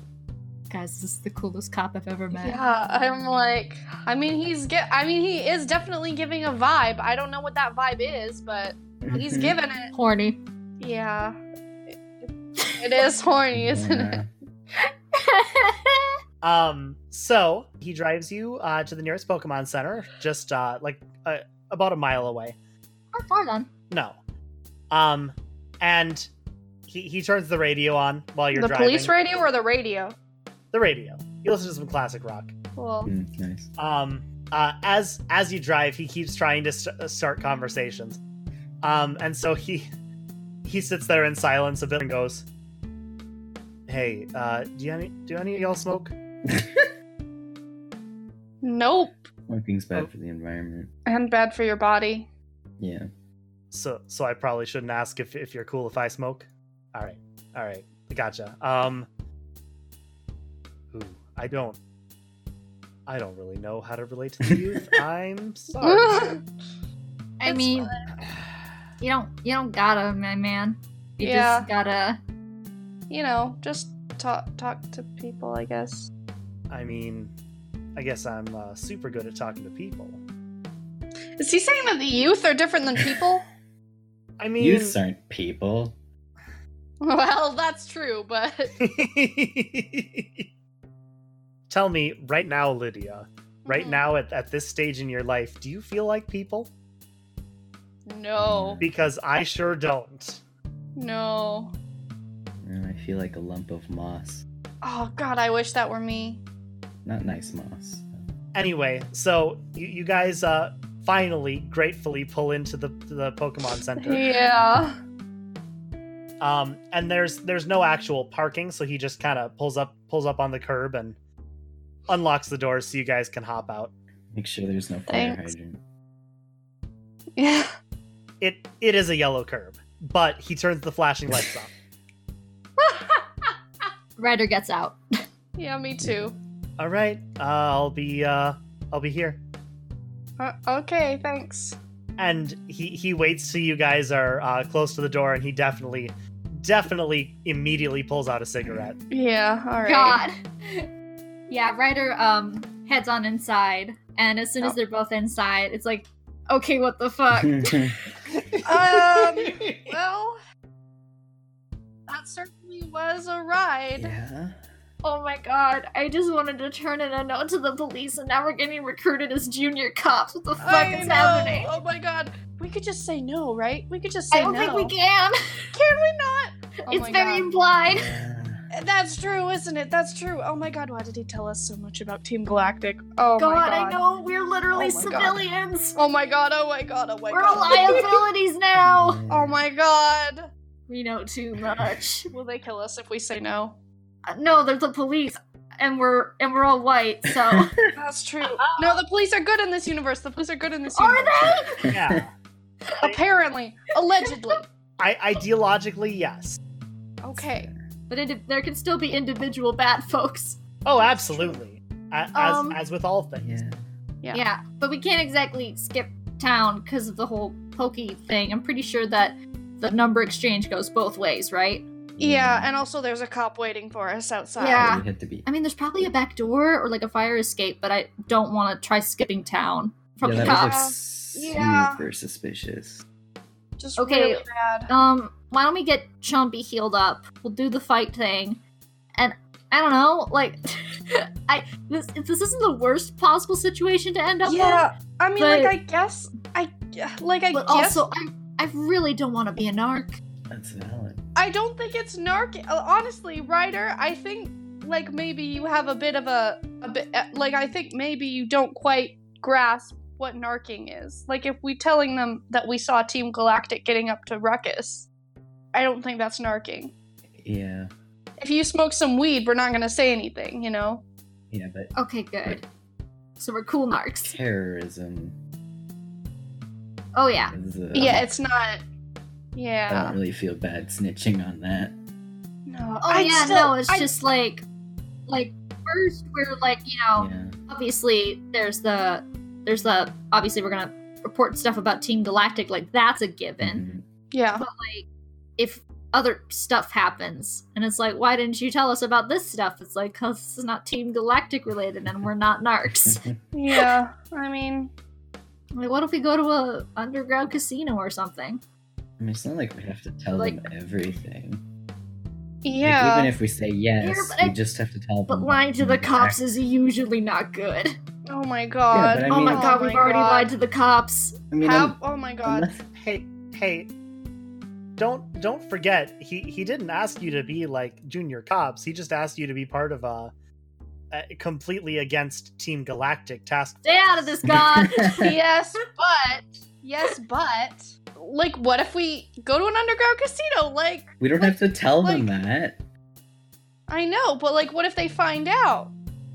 [SPEAKER 3] Guys, this is the coolest cop I've ever met.
[SPEAKER 2] Yeah, I'm like, I mean, he's get, I mean, he is definitely giving a vibe. I don't know what that vibe is, but he's
[SPEAKER 4] Mm-hmm.
[SPEAKER 2] giving it.
[SPEAKER 3] Horny.
[SPEAKER 2] Yeah, it, it is horny, isn't it?
[SPEAKER 5] Um, so he drives you uh, to the nearest Pokemon Center, just uh, like uh, about a mile away.
[SPEAKER 3] Not far then.
[SPEAKER 5] No, um, and he he turns the radio on while you're
[SPEAKER 2] The
[SPEAKER 5] driving.
[SPEAKER 2] police radio or the radio?
[SPEAKER 5] the radio. You listen to some classic rock.
[SPEAKER 2] Well,
[SPEAKER 4] Mm, nice.
[SPEAKER 5] Um, uh, as as you drive, he keeps trying to st- uh, start conversations. Um, and so he he sits there in silence a bit and goes, "Hey, uh, do you any do any of y'all smoke?"
[SPEAKER 2] nope, Oh.
[SPEAKER 4] Smoking's bad for the environment.
[SPEAKER 2] and bad for your body.
[SPEAKER 4] Yeah.
[SPEAKER 5] So so I probably shouldn't ask if if you're cool if I smoke. All right. All right. Gotcha. Um Ooh, I don't I don't really know how to relate to the youth. I'm sorry.
[SPEAKER 3] I
[SPEAKER 2] It's
[SPEAKER 3] mean, you don't you don't gotta, my man. You
[SPEAKER 2] Yeah.
[SPEAKER 3] just gotta.
[SPEAKER 2] you know, just talk talk to people, I guess.
[SPEAKER 5] I mean, I guess I'm uh, super good at talking to people.
[SPEAKER 2] Is he saying that the youth are different than people?
[SPEAKER 5] I mean,
[SPEAKER 4] Youths aren't people.
[SPEAKER 2] well, that's true, but
[SPEAKER 5] Tell me right now, Lydia, right
[SPEAKER 2] Mhm.
[SPEAKER 5] now at, at this stage in your life, do you feel like people?
[SPEAKER 2] no,
[SPEAKER 5] Because I sure don't.
[SPEAKER 2] no.
[SPEAKER 4] Mm, I feel like a lump of moss.
[SPEAKER 2] Oh God, I wish that were me.
[SPEAKER 4] Not nice moss.
[SPEAKER 5] Anyway, so you, you guys uh, finally gratefully pull into the, the Pokemon Center.
[SPEAKER 2] Yeah.
[SPEAKER 5] Um, and there's there's no actual parking, so he just kind of pulls up pulls up on the curb and unlocks the doors so you guys can hop out.
[SPEAKER 4] Make sure there's no fire
[SPEAKER 2] Thanks.
[SPEAKER 4] hydrant.
[SPEAKER 2] Yeah.
[SPEAKER 5] It it is a yellow curb, but he turns the flashing lights off.
[SPEAKER 3] Ryder gets out.
[SPEAKER 2] Yeah, me too.
[SPEAKER 5] All right, uh, I'll be uh, I'll be here.
[SPEAKER 2] Uh, okay, thanks.
[SPEAKER 5] And he he waits till you guys are uh, close to the door, and he definitely, definitely immediately pulls out a cigarette.
[SPEAKER 2] Yeah, all right.
[SPEAKER 3] God. yeah, Ryder um heads on inside, and as soon as they're both inside, it's like, okay, what the fuck?
[SPEAKER 2] Um, well, that certainly was a ride.
[SPEAKER 4] yeah.
[SPEAKER 3] oh my god, I just wanted to turn in a note to the police, and now we're getting recruited as junior cops. What the fuck
[SPEAKER 2] I
[SPEAKER 3] is
[SPEAKER 2] know.
[SPEAKER 3] happening?
[SPEAKER 2] Oh my God. We could just say no, right? We could just say
[SPEAKER 3] I don't
[SPEAKER 2] no.
[SPEAKER 3] think we can.
[SPEAKER 2] Can we not? Oh
[SPEAKER 3] it's
[SPEAKER 2] my
[SPEAKER 3] very
[SPEAKER 2] God.
[SPEAKER 3] implied.
[SPEAKER 2] That's true, isn't it? That's true. Oh my god, why did he tell us so much about Team Galactic? Oh
[SPEAKER 3] god,
[SPEAKER 2] my god.
[SPEAKER 3] I know we're literally
[SPEAKER 2] Oh my God.
[SPEAKER 3] civilians.
[SPEAKER 2] Oh my god, oh my god, oh my
[SPEAKER 3] We're
[SPEAKER 2] god.
[SPEAKER 3] liabilities now.
[SPEAKER 2] Oh my god.
[SPEAKER 3] We know too much.
[SPEAKER 2] Will they kill us if we say no?
[SPEAKER 3] Uh, No, they're the police, and we're and we're all white. So are
[SPEAKER 2] That's true.
[SPEAKER 3] Uh,
[SPEAKER 2] No, the police are good in this universe. The police are good in this universe.
[SPEAKER 3] they?
[SPEAKER 5] Yeah,
[SPEAKER 2] Apparently. Allegedly.
[SPEAKER 5] I ideologically yes.
[SPEAKER 2] Okay.
[SPEAKER 3] But indi- there can still be individual bad folks.
[SPEAKER 5] Oh, absolutely. A- As
[SPEAKER 3] Um,
[SPEAKER 5] as with all things.
[SPEAKER 4] Yeah.
[SPEAKER 2] Yeah.
[SPEAKER 3] but we can't exactly skip town because of the whole pokey thing. I'm pretty sure that the number exchange goes both ways, right?
[SPEAKER 2] Yeah, and also there's a cop waiting for us outside.
[SPEAKER 3] Yeah.
[SPEAKER 4] We had to be.
[SPEAKER 3] I mean, there's probably a back door or like a fire escape, but I don't want to try skipping town from
[SPEAKER 4] yeah,
[SPEAKER 3] the
[SPEAKER 4] that
[SPEAKER 3] cops.
[SPEAKER 4] was like
[SPEAKER 2] Yeah.
[SPEAKER 4] super suspicious.
[SPEAKER 2] Just
[SPEAKER 3] Okay.
[SPEAKER 2] really bad.
[SPEAKER 3] Um, why don't we get Chumpy healed up? We'll do the fight thing, and I don't know, like, I this if this isn't the worst possible situation to end up.
[SPEAKER 2] Yeah. I mean
[SPEAKER 3] But-
[SPEAKER 2] like I guess I like I
[SPEAKER 3] in, but
[SPEAKER 2] guess
[SPEAKER 3] also I I really don't want to be a narc.
[SPEAKER 4] That's valid.
[SPEAKER 2] I don't think it's narc. uh, Honestly, Ryder, I think like maybe you have a bit of a, a bit uh, like I think maybe you don't quite grasp what narking is. Like if we telling them that we saw Team Galactic getting up to ruckus, I don't think that's narking.
[SPEAKER 4] Yeah.
[SPEAKER 2] If you smoke some weed, we're not gonna say anything, you know.
[SPEAKER 4] Yeah, but
[SPEAKER 3] Okay, good. So we're cool narcs.
[SPEAKER 4] terrorism
[SPEAKER 3] Oh yeah,
[SPEAKER 4] is. Uh,
[SPEAKER 2] yeah, it's um, not.
[SPEAKER 4] I don't
[SPEAKER 2] Yeah.
[SPEAKER 4] really feel bad snitching on that.
[SPEAKER 2] No.
[SPEAKER 3] oh
[SPEAKER 2] I'd
[SPEAKER 3] yeah.
[SPEAKER 2] still-
[SPEAKER 3] no, it's
[SPEAKER 2] I-
[SPEAKER 3] just like, like first we're like you know.
[SPEAKER 4] Yeah.
[SPEAKER 3] obviously there's the there's the obviously we're gonna report stuff about team galactic like that's a given
[SPEAKER 4] Mhm.
[SPEAKER 2] Yeah.
[SPEAKER 4] Mm-hmm.
[SPEAKER 3] if other stuff happens and it's like why didn't you tell us about this stuff it's like because this is not team galactic related and we're not narcs
[SPEAKER 4] Mm-hmm.
[SPEAKER 2] Yeah. I mean,
[SPEAKER 3] like what if we go to a underground casino or something
[SPEAKER 4] I mean, it's not like we have to tell
[SPEAKER 3] Like-
[SPEAKER 4] them everything. Like,
[SPEAKER 2] yeah.
[SPEAKER 4] even if we say yes,
[SPEAKER 3] but I-
[SPEAKER 4] we just have to tell them.
[SPEAKER 3] but lying to the
[SPEAKER 4] that-
[SPEAKER 3] cops is usually not good
[SPEAKER 2] oh my god.
[SPEAKER 4] but I
[SPEAKER 3] oh
[SPEAKER 4] mean-
[SPEAKER 3] my god we've already
[SPEAKER 2] God.
[SPEAKER 3] lied to the cops
[SPEAKER 4] I mean,
[SPEAKER 2] How?
[SPEAKER 4] I'm-
[SPEAKER 2] Oh my god.
[SPEAKER 4] unless-
[SPEAKER 5] Hey, hey, don't don't forget he he didn't ask you to be like junior cops. He just asked you to be part of a, a completely against Team Galactic task.
[SPEAKER 3] stay out of this god
[SPEAKER 2] yes, but yes, but like, what if we go to an underground casino? Like,
[SPEAKER 4] we don't have to tell them that.
[SPEAKER 2] I know, but like, what if they find out?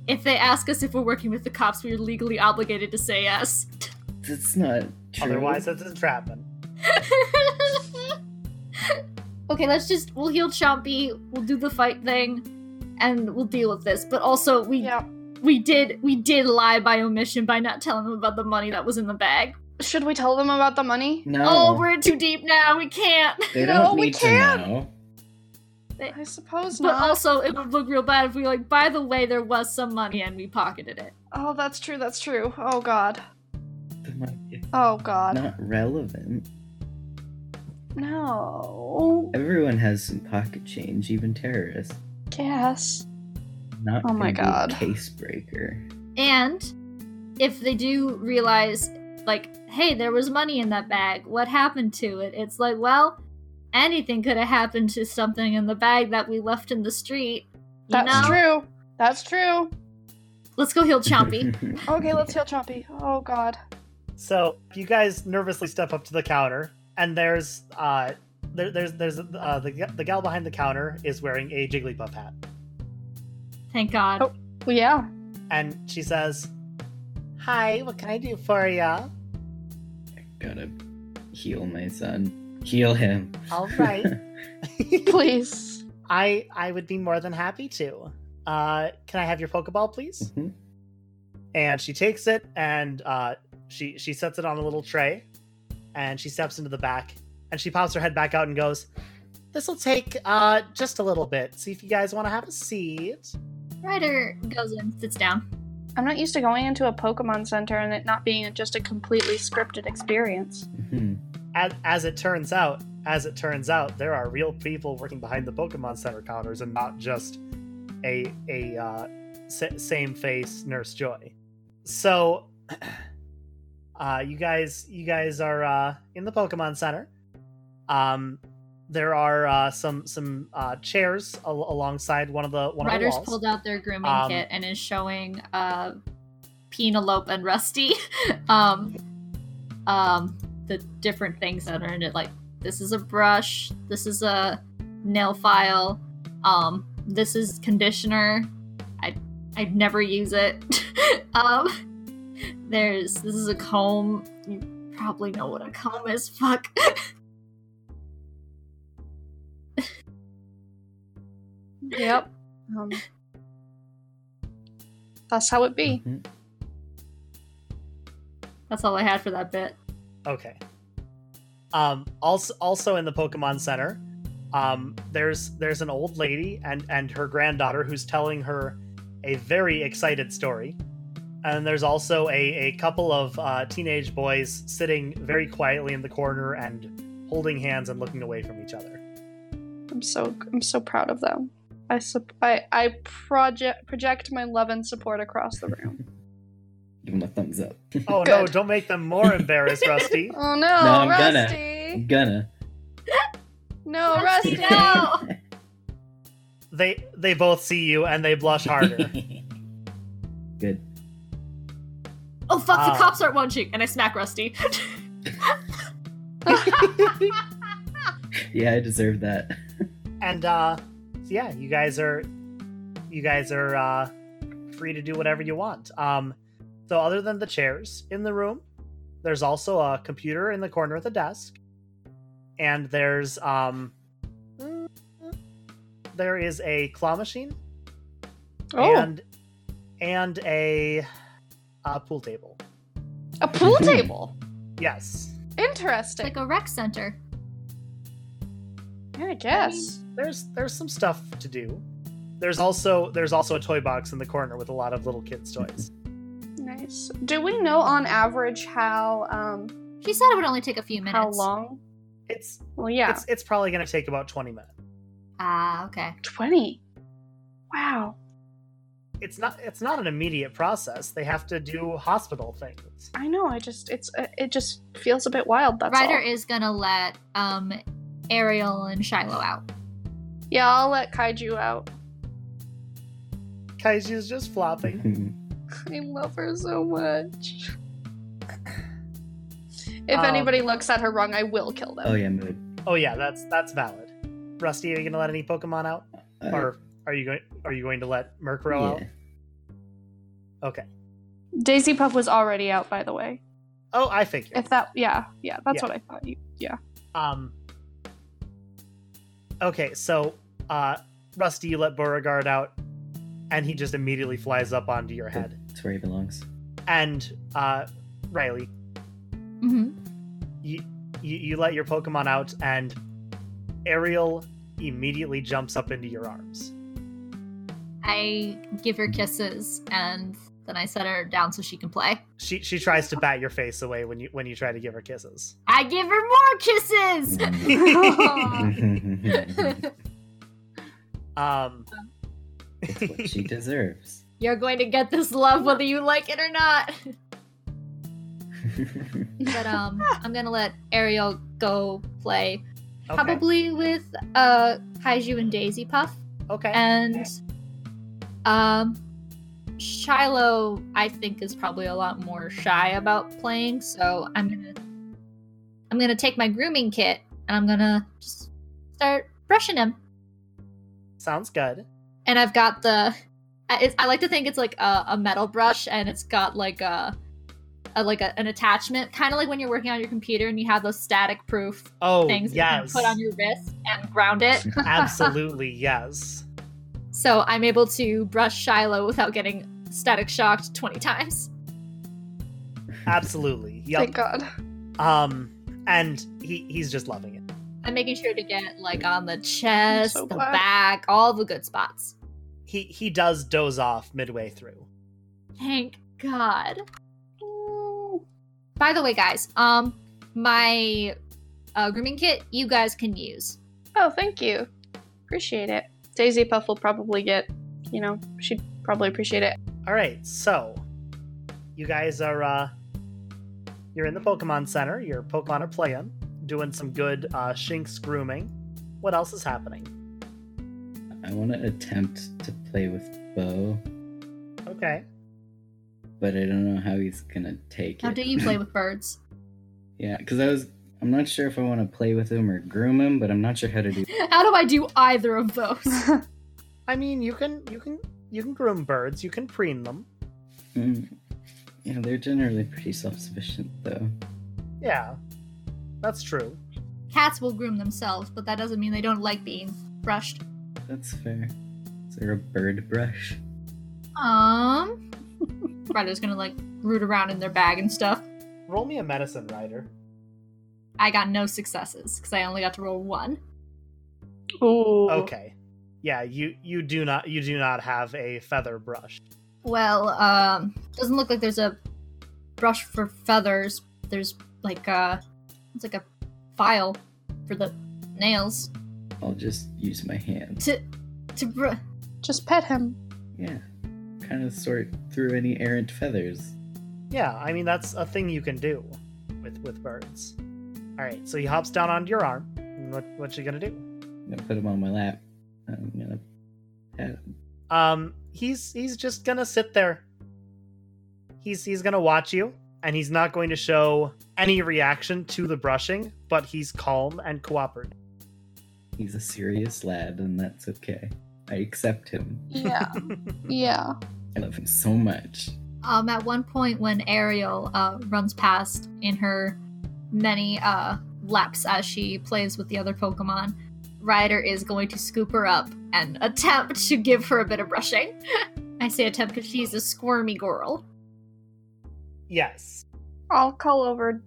[SPEAKER 3] if they ask us if we're working with the cops we're legally obligated to say yes
[SPEAKER 4] It's not true.
[SPEAKER 5] Otherwise, it's entrapment.
[SPEAKER 3] okay, let's just we'll heal Chompy, we'll do the fight thing, and we'll deal with this. But also we
[SPEAKER 2] Yeah.
[SPEAKER 3] we did we did lie by omission by not telling them about the money that was in the bag.
[SPEAKER 2] Should we tell them about the money?
[SPEAKER 4] No,
[SPEAKER 3] Oh, we're too deep now. We can't.
[SPEAKER 4] they
[SPEAKER 2] no,
[SPEAKER 4] don't
[SPEAKER 2] we
[SPEAKER 4] need
[SPEAKER 2] can't.
[SPEAKER 4] to know.
[SPEAKER 2] I suppose
[SPEAKER 3] But
[SPEAKER 2] not.
[SPEAKER 3] also, it would look real bad if we like. By the way, there was some money and we pocketed it.
[SPEAKER 2] Oh, that's true. That's true. Oh God.
[SPEAKER 4] The money is
[SPEAKER 2] Oh God.
[SPEAKER 4] not relevant.
[SPEAKER 2] No.
[SPEAKER 4] Everyone has some pocket change, even terrorists.
[SPEAKER 2] Guess.
[SPEAKER 4] Not
[SPEAKER 2] Oh my
[SPEAKER 4] gonna be a
[SPEAKER 2] God.
[SPEAKER 4] case breaker.
[SPEAKER 3] And if they do realize, like, hey, there was money in that bag, what happened to it? It's like, well, anything could have happened to something in the bag that we left in the street. You
[SPEAKER 2] That's
[SPEAKER 3] know?
[SPEAKER 2] true. That's true.
[SPEAKER 3] Let's go heal Chompy.
[SPEAKER 2] Okay, let's heal Chompy. Oh God.
[SPEAKER 5] So you guys nervously step up to the counter, and there's uh, there, there's there's uh, the g- the gal behind the counter is wearing a Jigglypuff hat,
[SPEAKER 3] Thank God.
[SPEAKER 2] Oh. Well, yeah.
[SPEAKER 5] and she says, "Hi, what can I do for ya?"
[SPEAKER 4] Gotta heal my son. Heal him.
[SPEAKER 5] All right,
[SPEAKER 2] Please.
[SPEAKER 5] I I would be more than happy to. Uh, can I have your Pokeball, please?
[SPEAKER 4] Mhm.
[SPEAKER 5] And she takes it and uh, she she sets it on a little tray, and she steps into the back, and she pops her head back out and goes, "This will take uh, just a little bit. See if you guys want to have a seat."
[SPEAKER 3] Ryder goes and sits down.
[SPEAKER 2] I'm not used to going into a Pokemon Center and it not being just a completely scripted experience.
[SPEAKER 4] Mhm.
[SPEAKER 5] as, as it turns out, as it turns out, there are real people working behind the Pokemon Center counters and not just a a uh, sa- same face Nurse Joy. So, uh, you guys, you guys are uh, in the Pokemon Center. Um, there are uh, some some uh, chairs al- alongside one of the one
[SPEAKER 3] Ryder's
[SPEAKER 5] of the walls.
[SPEAKER 3] pulled out their grooming
[SPEAKER 5] Um,
[SPEAKER 3] kit and is showing uh, Penelope and Rusty um, um, the different things that are in it. Like, this is a brush, this is a nail file, um, this is conditioner. I, I'd never use it. um, there's this is a comb. You probably know what a comb is. Fuck.
[SPEAKER 2] Yep. Um, that's how it be.
[SPEAKER 4] Mhm.
[SPEAKER 3] That's all I had for that bit.
[SPEAKER 5] Okay. Um, also, also in the Pokemon Center, um, there's there's an old lady and and her granddaughter who's telling her a very excited story, and there's also a a couple of uh, teenage boys sitting very quietly in the corner and holding hands and looking away from each other.
[SPEAKER 2] I'm so I'm so proud of them. I sup I, I project project my love and support across the room.
[SPEAKER 4] Give him a thumbs up.
[SPEAKER 5] Oh no!
[SPEAKER 2] Good.
[SPEAKER 5] Don't make them more embarrassed, Rusty.
[SPEAKER 2] Oh no,
[SPEAKER 4] I'm gonna.
[SPEAKER 2] Rusty!
[SPEAKER 4] Gonna.
[SPEAKER 2] No,
[SPEAKER 3] Rusty,
[SPEAKER 2] Oh, Rusty!
[SPEAKER 3] no!
[SPEAKER 5] They they both see you and they blush harder.
[SPEAKER 4] Good.
[SPEAKER 3] Oh fuck!
[SPEAKER 5] Ah.
[SPEAKER 3] The cops aren't watching, and I smack Rusty.
[SPEAKER 4] Yeah, I deserve that.
[SPEAKER 5] and uh so yeah you guys are you guys are uh free to do whatever you want um so other than the chairs in the room there's also a computer in the corner of the desk and there's um there is a claw machine
[SPEAKER 2] Oh,
[SPEAKER 5] and and a, a pool table
[SPEAKER 2] a pool table.
[SPEAKER 5] yes
[SPEAKER 2] Interesting.
[SPEAKER 3] like a rec center.
[SPEAKER 2] yeah, I guess.
[SPEAKER 5] there's there's some stuff to do there's also there's also a toy box in the corner with a lot of little kids toys
[SPEAKER 2] nice. Do we know on average how um
[SPEAKER 3] She said it would only take a few minutes.
[SPEAKER 2] how long?
[SPEAKER 5] it's
[SPEAKER 2] Well, yeah,
[SPEAKER 5] It's it's probably going to take about 20 minutes.
[SPEAKER 3] Ah, okay.
[SPEAKER 2] twenty. Wow,
[SPEAKER 5] It's not it's not an immediate process. They have to do hospital things.
[SPEAKER 2] I know. I just it's uh, it just feels a bit wild. That's
[SPEAKER 3] Ryder
[SPEAKER 2] all.
[SPEAKER 3] is gonna let um Ariel and Shiloh out.
[SPEAKER 2] yeah, I'll let Kaiju out.
[SPEAKER 5] Kaiju's just flopping.
[SPEAKER 2] I love her so much. If
[SPEAKER 5] Um,
[SPEAKER 2] anybody looks at her wrong, I will kill them.
[SPEAKER 4] oh yeah, mood.
[SPEAKER 5] Oh yeah, that's that's valid. Rusty, are you going to let any Pokemon out
[SPEAKER 4] Uh,
[SPEAKER 5] or are you going are you going to let Murkrow out?
[SPEAKER 4] yeah.
[SPEAKER 2] Daisy Puff was already out, by the way.
[SPEAKER 5] Oh, I figured. Oh,
[SPEAKER 2] If that, yeah, yeah, that's
[SPEAKER 5] Yeah.
[SPEAKER 2] what I thought you, yeah.
[SPEAKER 5] Um. Okay, so uh, Rusty, you let Beauregard out, and he just immediately flies up onto your head.
[SPEAKER 4] It's where he belongs.
[SPEAKER 5] And uh, Riley,
[SPEAKER 3] Mm-hmm.
[SPEAKER 5] you, you you let your Pokemon out, and Ariel immediately jumps up into your arms.
[SPEAKER 3] I give her kisses and then I set her down so she can play.
[SPEAKER 5] She she tries to bat your face away when you when you try to give her kisses.
[SPEAKER 3] I give her more kisses.
[SPEAKER 5] Um,
[SPEAKER 4] it's what she deserves.
[SPEAKER 6] You're going to get this love whether you like it or not.
[SPEAKER 3] but um, I'm gonna let Ariel go play,
[SPEAKER 5] okay.
[SPEAKER 3] probably with uh Kaiju and Daisy Puff,
[SPEAKER 5] Okay.
[SPEAKER 3] and um, Shiloh I think is probably a lot more shy about playing, so I'm gonna I'm gonna take my grooming kit and I'm gonna just start brushing him.
[SPEAKER 5] Sounds good.
[SPEAKER 3] and I've got the. I- It's, I like to think it's like a, a metal brush, and it's got like a, a like a, an attachment, kind of like when you're working on your computer and you have those static proof
[SPEAKER 5] Oh
[SPEAKER 3] things that you
[SPEAKER 5] yes,
[SPEAKER 3] put on your wrist and ground it.
[SPEAKER 5] absolutely yes.
[SPEAKER 3] so I'm able to brush Shiloh without getting static shocked 20 times.
[SPEAKER 5] Absolutely.
[SPEAKER 2] Thank
[SPEAKER 5] Yep.
[SPEAKER 2] God.
[SPEAKER 5] Um, and he he's just loving it.
[SPEAKER 3] I'm making sure to get like on the chest,
[SPEAKER 2] so
[SPEAKER 3] the
[SPEAKER 2] glad.
[SPEAKER 3] back, all the good spots.
[SPEAKER 5] He he does doze off midway through.
[SPEAKER 3] Thank God. By the way, guys, um, my uh, grooming kit you guys can use.
[SPEAKER 2] Oh, thank you. Appreciate it. Daisy Puff will probably get, you know, she'd probably appreciate it.
[SPEAKER 5] All right, so you guys are uh, you're in the Pokemon Center. Your Pokemon are playing, doing some good uh, Shinx grooming. What else is happening?
[SPEAKER 4] I want to attempt to play with Bo,
[SPEAKER 5] Okay.
[SPEAKER 4] but I don't know how he's gonna take
[SPEAKER 3] How
[SPEAKER 4] it.
[SPEAKER 3] do you play with birds?
[SPEAKER 4] yeah, because I was. I'm not sure if I want to play with him or groom him, but I'm not sure how to do.
[SPEAKER 3] How do I do either of those?
[SPEAKER 5] I mean, you can you can you can groom birds. You can preen them.
[SPEAKER 4] Mm. Yeah, they're generally pretty self-sufficient, though.
[SPEAKER 5] Yeah, that's true.
[SPEAKER 3] Cats will groom themselves, but that doesn't mean they don't like being brushed.
[SPEAKER 4] That's fair. Is there a bird brush?
[SPEAKER 3] Um, Ryder's gonna like root around in their bag and stuff.
[SPEAKER 5] Roll me a medicine, Ryder.
[SPEAKER 3] I got no successes because I only got to roll one.
[SPEAKER 2] Ooh.
[SPEAKER 5] Okay. Yeah, you you do not you do not have a feather brush.
[SPEAKER 3] Well, um, doesn't look like there's a brush for feathers. There's like a, it's like a file for the nails
[SPEAKER 4] I'll just use my hands.
[SPEAKER 3] to to br-
[SPEAKER 2] Just pet him.
[SPEAKER 4] Yeah, kind of sort through any errant feathers.
[SPEAKER 5] Yeah, I mean that's a thing you can do with with birds. All right, so he hops down onto your arm. And What what you gonna do?
[SPEAKER 4] I'm gonna put him on my lap. I'm gonna pat him.
[SPEAKER 5] Um, he's he's just gonna sit there. He's he's gonna watch you, and he's not going to show any reaction to the brushing, but he's calm and cooperative.
[SPEAKER 4] He's a serious lad, and that's okay. I accept him.
[SPEAKER 2] Yeah. yeah.
[SPEAKER 4] I love him so much.
[SPEAKER 3] Um, at one point, when Ariel uh, runs past in her many uh, laps as she plays with the other Pokemon, Ryder is going to scoop her up and attempt to give her a bit of brushing. I say attempt because she's a squirmy girl.
[SPEAKER 5] Yes.
[SPEAKER 2] I'll call over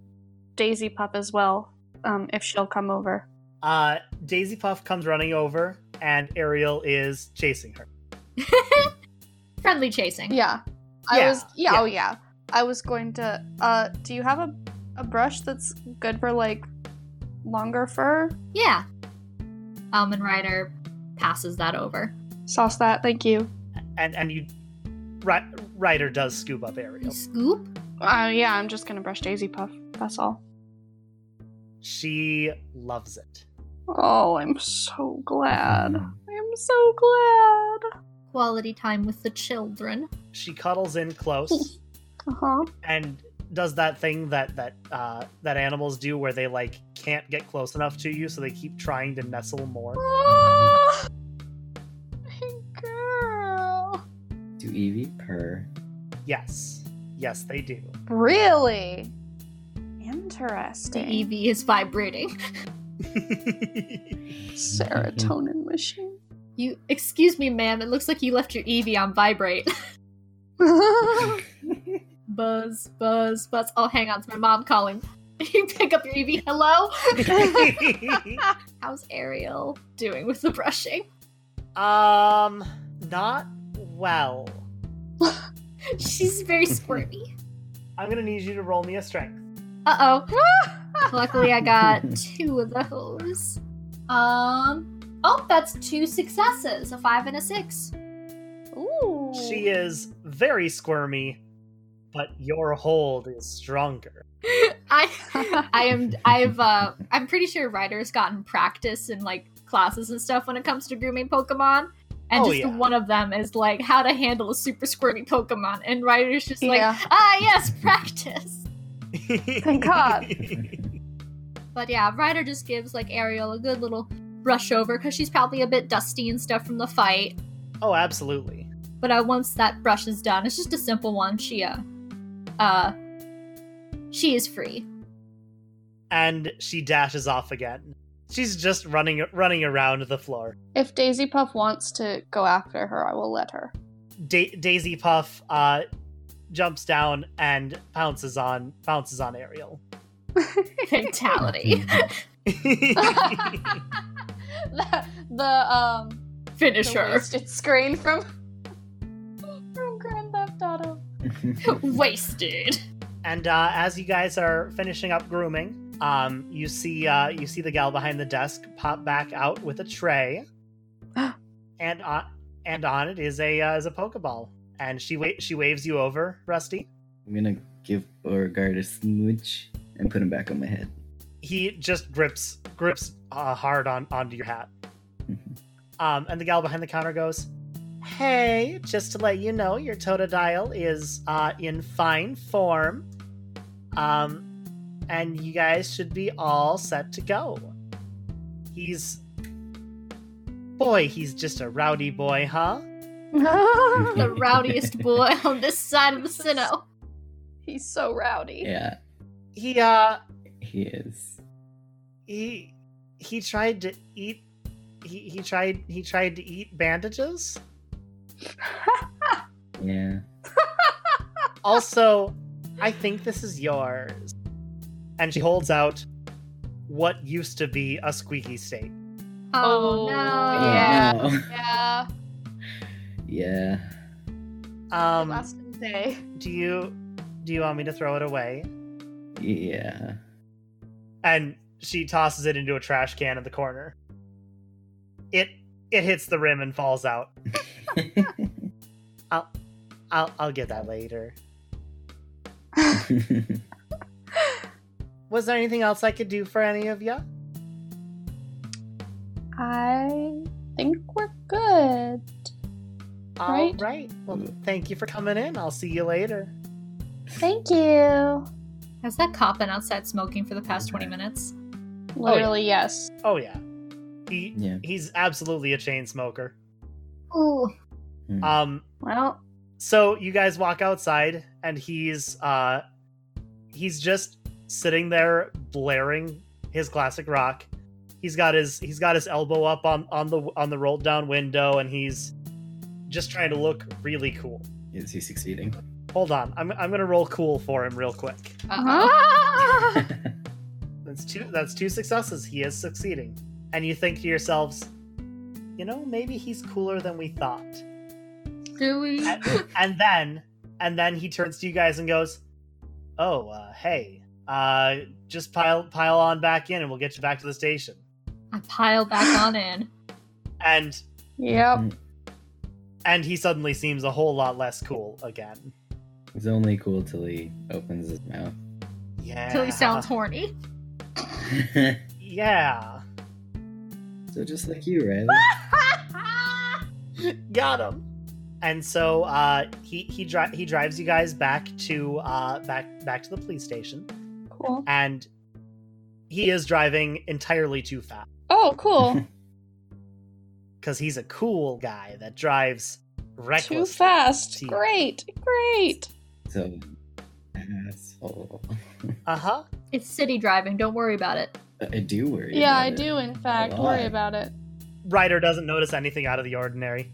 [SPEAKER 2] Daisy Puff as well, um, if she'll come over.
[SPEAKER 5] Uh, Daisy Puff comes running over, and Ariel is chasing her.
[SPEAKER 3] Friendly chasing.
[SPEAKER 2] Yeah. I
[SPEAKER 5] Yeah,
[SPEAKER 2] was yeah,
[SPEAKER 5] yeah.
[SPEAKER 2] oh yeah. I was going to uh do you have a a brush that's good for like longer fur?
[SPEAKER 3] Yeah. Um, and Ryder passes that over.
[SPEAKER 2] Sauce that, thank you.
[SPEAKER 5] and and you Ry- Ryder does scoop up Ariel.
[SPEAKER 3] Scoop?
[SPEAKER 2] Uh yeah, I'm just gonna brush Daisy Puff. That's all.
[SPEAKER 5] She loves it.
[SPEAKER 2] Oh, I'm so glad. I'm so glad.
[SPEAKER 3] Quality time with the children.
[SPEAKER 5] She cuddles in close
[SPEAKER 2] Uh-huh.
[SPEAKER 5] and does that thing that that uh, that animals do where they like can't get close enough to you, so they keep trying to nestle more.
[SPEAKER 2] Oh, my girl.
[SPEAKER 4] Do Evie purr?
[SPEAKER 5] Yes, yes, they do.
[SPEAKER 2] Really? E
[SPEAKER 3] The
[SPEAKER 2] Interesting.
[SPEAKER 3] EV is vibrating.
[SPEAKER 2] Serotonin machine.
[SPEAKER 3] You, excuse me, ma'am. It looks like you left your EV on vibrate. buzz, buzz, buzz. Oh, hang on, it's my mom calling. You pick up your EV. Hello. How's Ariel doing with the brushing?
[SPEAKER 5] um, not well.
[SPEAKER 3] She's very squirmy.
[SPEAKER 5] I'm gonna need you to roll me a strength.
[SPEAKER 3] Uh oh. Luckily, I got two of those. Um. Oh, that's two successes: a five and a six.
[SPEAKER 2] Ooh.
[SPEAKER 5] She is very squirmy, but your hold is stronger.
[SPEAKER 3] I, I am. I've. Uh, I'm pretty sure Ryder's gotten practice in like classes and stuff when it comes to grooming Pokemon. And
[SPEAKER 5] Oh,
[SPEAKER 3] just
[SPEAKER 5] yeah.
[SPEAKER 3] one of them is like how to handle a super squirmy Pokemon, and Ryder's just like,
[SPEAKER 2] Yeah.
[SPEAKER 3] ah, yes, practice.
[SPEAKER 5] Thank
[SPEAKER 4] God.
[SPEAKER 3] But yeah, Ryder just gives like Ariel a good little brush over because she's probably a bit dusty and stuff from the fight.
[SPEAKER 5] oh, absolutely.
[SPEAKER 3] But uh, once that brush is done, it's just a simple one. She uh, uh, she is free.
[SPEAKER 5] And she dashes off again. She's just running running around the floor.
[SPEAKER 2] If Daisy Puff wants to go after her, I will let her.
[SPEAKER 5] da- Daisy Puff uh, jumps down and pounces on pounces on Ariel.
[SPEAKER 3] Fatality.
[SPEAKER 2] the, the um
[SPEAKER 3] Finish
[SPEAKER 2] the
[SPEAKER 3] her.
[SPEAKER 2] wasted screen from from Grand Theft Auto.
[SPEAKER 3] Wasted.
[SPEAKER 5] and uh, as you guys are finishing up grooming, um, you see uh, you see the gal behind the desk pop back out with a tray, and on and on it is a uh, is a pokeball, and she wa- she waves you over, Rusty.
[SPEAKER 4] I'm gonna give Beauregard a smooch and put him back on my head.
[SPEAKER 5] He just grips grips uh, hard on onto your hat. Um, and the gal behind the counter goes, Hey, just to let you know, your Totodile is uh, in fine form. Um, and you guys should be all set to go. He's. Boy, he's just a rowdy boy, huh?
[SPEAKER 3] The rowdiest boy on this side of the Sinnoh.
[SPEAKER 2] He's so rowdy.
[SPEAKER 4] yeah,
[SPEAKER 5] He, uh,
[SPEAKER 4] he is.
[SPEAKER 5] he. He tried to eat. He, he tried he tried to eat bandages.
[SPEAKER 4] Yeah.
[SPEAKER 5] Also, I think this is yours. And she holds out what used to be a squeaky steak.
[SPEAKER 3] Oh,
[SPEAKER 2] Oh,
[SPEAKER 3] no.
[SPEAKER 2] yeah.
[SPEAKER 4] Oh,
[SPEAKER 2] Yeah.
[SPEAKER 4] no. Yeah.
[SPEAKER 5] Um,
[SPEAKER 2] Last day.
[SPEAKER 5] do you do you want me to throw it away?
[SPEAKER 4] Yeah.
[SPEAKER 5] And she tosses it into a trash can in the corner. It it hits the rim and falls out. I'll I'll get that later. Was there anything else I could do for any of you?
[SPEAKER 2] I think we're good.
[SPEAKER 5] All
[SPEAKER 2] Right.
[SPEAKER 5] right. Well, thank you for coming in. I'll see you later.
[SPEAKER 2] Thank you.
[SPEAKER 3] Has that cop been outside smoking for the past 20 minutes?
[SPEAKER 2] Literally, yes.
[SPEAKER 5] Oh yeah. He
[SPEAKER 4] yeah.
[SPEAKER 5] he's absolutely a chain smoker.
[SPEAKER 3] Ooh.
[SPEAKER 4] Hmm.
[SPEAKER 5] Um
[SPEAKER 2] Well,
[SPEAKER 5] so you guys walk outside and he's uh he's just sitting there blaring his classic rock he's got his he's got his elbow up on on the on the rolled down window and he's just trying to look really cool
[SPEAKER 4] Is he succeeding?
[SPEAKER 5] hold on i'm, I'm gonna roll cool for him real quick
[SPEAKER 3] Uh-oh.
[SPEAKER 5] that's two that's two successes he is succeeding and you think to yourselves you know maybe he's cooler than we thought
[SPEAKER 3] Do we?
[SPEAKER 5] and, and then and then he turns to you guys and goes oh uh, hey uh just pile pile on back in and we'll get you back to the station
[SPEAKER 3] I pile back on in.
[SPEAKER 5] and
[SPEAKER 2] yep.
[SPEAKER 5] and he suddenly seems a whole lot less cool again
[SPEAKER 4] He's only cool till he opens his mouth.
[SPEAKER 5] yeah
[SPEAKER 3] Till he sounds horny.
[SPEAKER 5] yeah
[SPEAKER 4] so just like you, Riley.
[SPEAKER 5] got him and so uh he he, dri- he drives you guys back to uh back back to the police station
[SPEAKER 2] Cool.
[SPEAKER 5] and he is driving entirely too fast
[SPEAKER 2] Oh, cool.
[SPEAKER 5] because he's a cool guy that drives
[SPEAKER 2] Too
[SPEAKER 5] reckless
[SPEAKER 2] fast. Great. Great.
[SPEAKER 4] so asshole.
[SPEAKER 5] Uh huh.
[SPEAKER 3] It's city driving. Don't worry about it.
[SPEAKER 4] I do worry.
[SPEAKER 2] yeah,
[SPEAKER 4] about
[SPEAKER 2] I
[SPEAKER 4] it.
[SPEAKER 2] do, in fact,
[SPEAKER 4] Why?
[SPEAKER 2] worry about it.
[SPEAKER 5] Ryder doesn't notice anything out of the ordinary.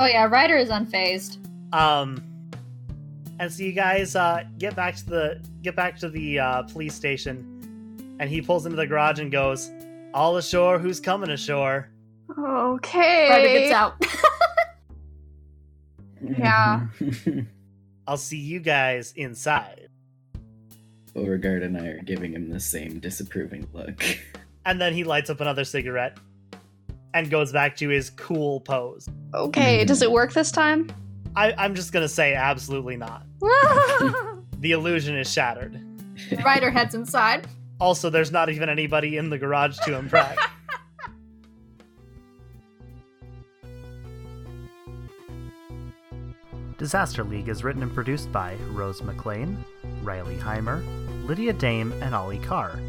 [SPEAKER 3] Oh yeah, Ryder is unfazed.
[SPEAKER 5] Um, and so you guys uh, get back to the get back to the uh, police station, and he pulls into the garage and goes, "All ashore, who's coming ashore?"
[SPEAKER 2] Okay.
[SPEAKER 3] Ryder gets out.
[SPEAKER 2] Yeah.
[SPEAKER 5] I'll see you guys inside.
[SPEAKER 4] Beauregard and I are giving him the same disapproving look.
[SPEAKER 5] And then he lights up another cigarette and goes back to his cool pose.
[SPEAKER 2] Okay, does it work this time?
[SPEAKER 5] I, I'm just gonna say absolutely not. The illusion is shattered.
[SPEAKER 3] Ryder heads inside.
[SPEAKER 5] Also, there's not even anybody in the garage to impress.
[SPEAKER 1] Disaster League is written and produced by Rose McLean, Riley Heimer, Lydia Dame, and Ollie Carr.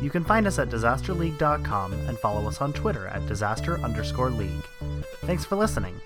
[SPEAKER 1] You can find us at disasterleague.com and follow us on Twitter at disaster underscore league. Thanks for listening.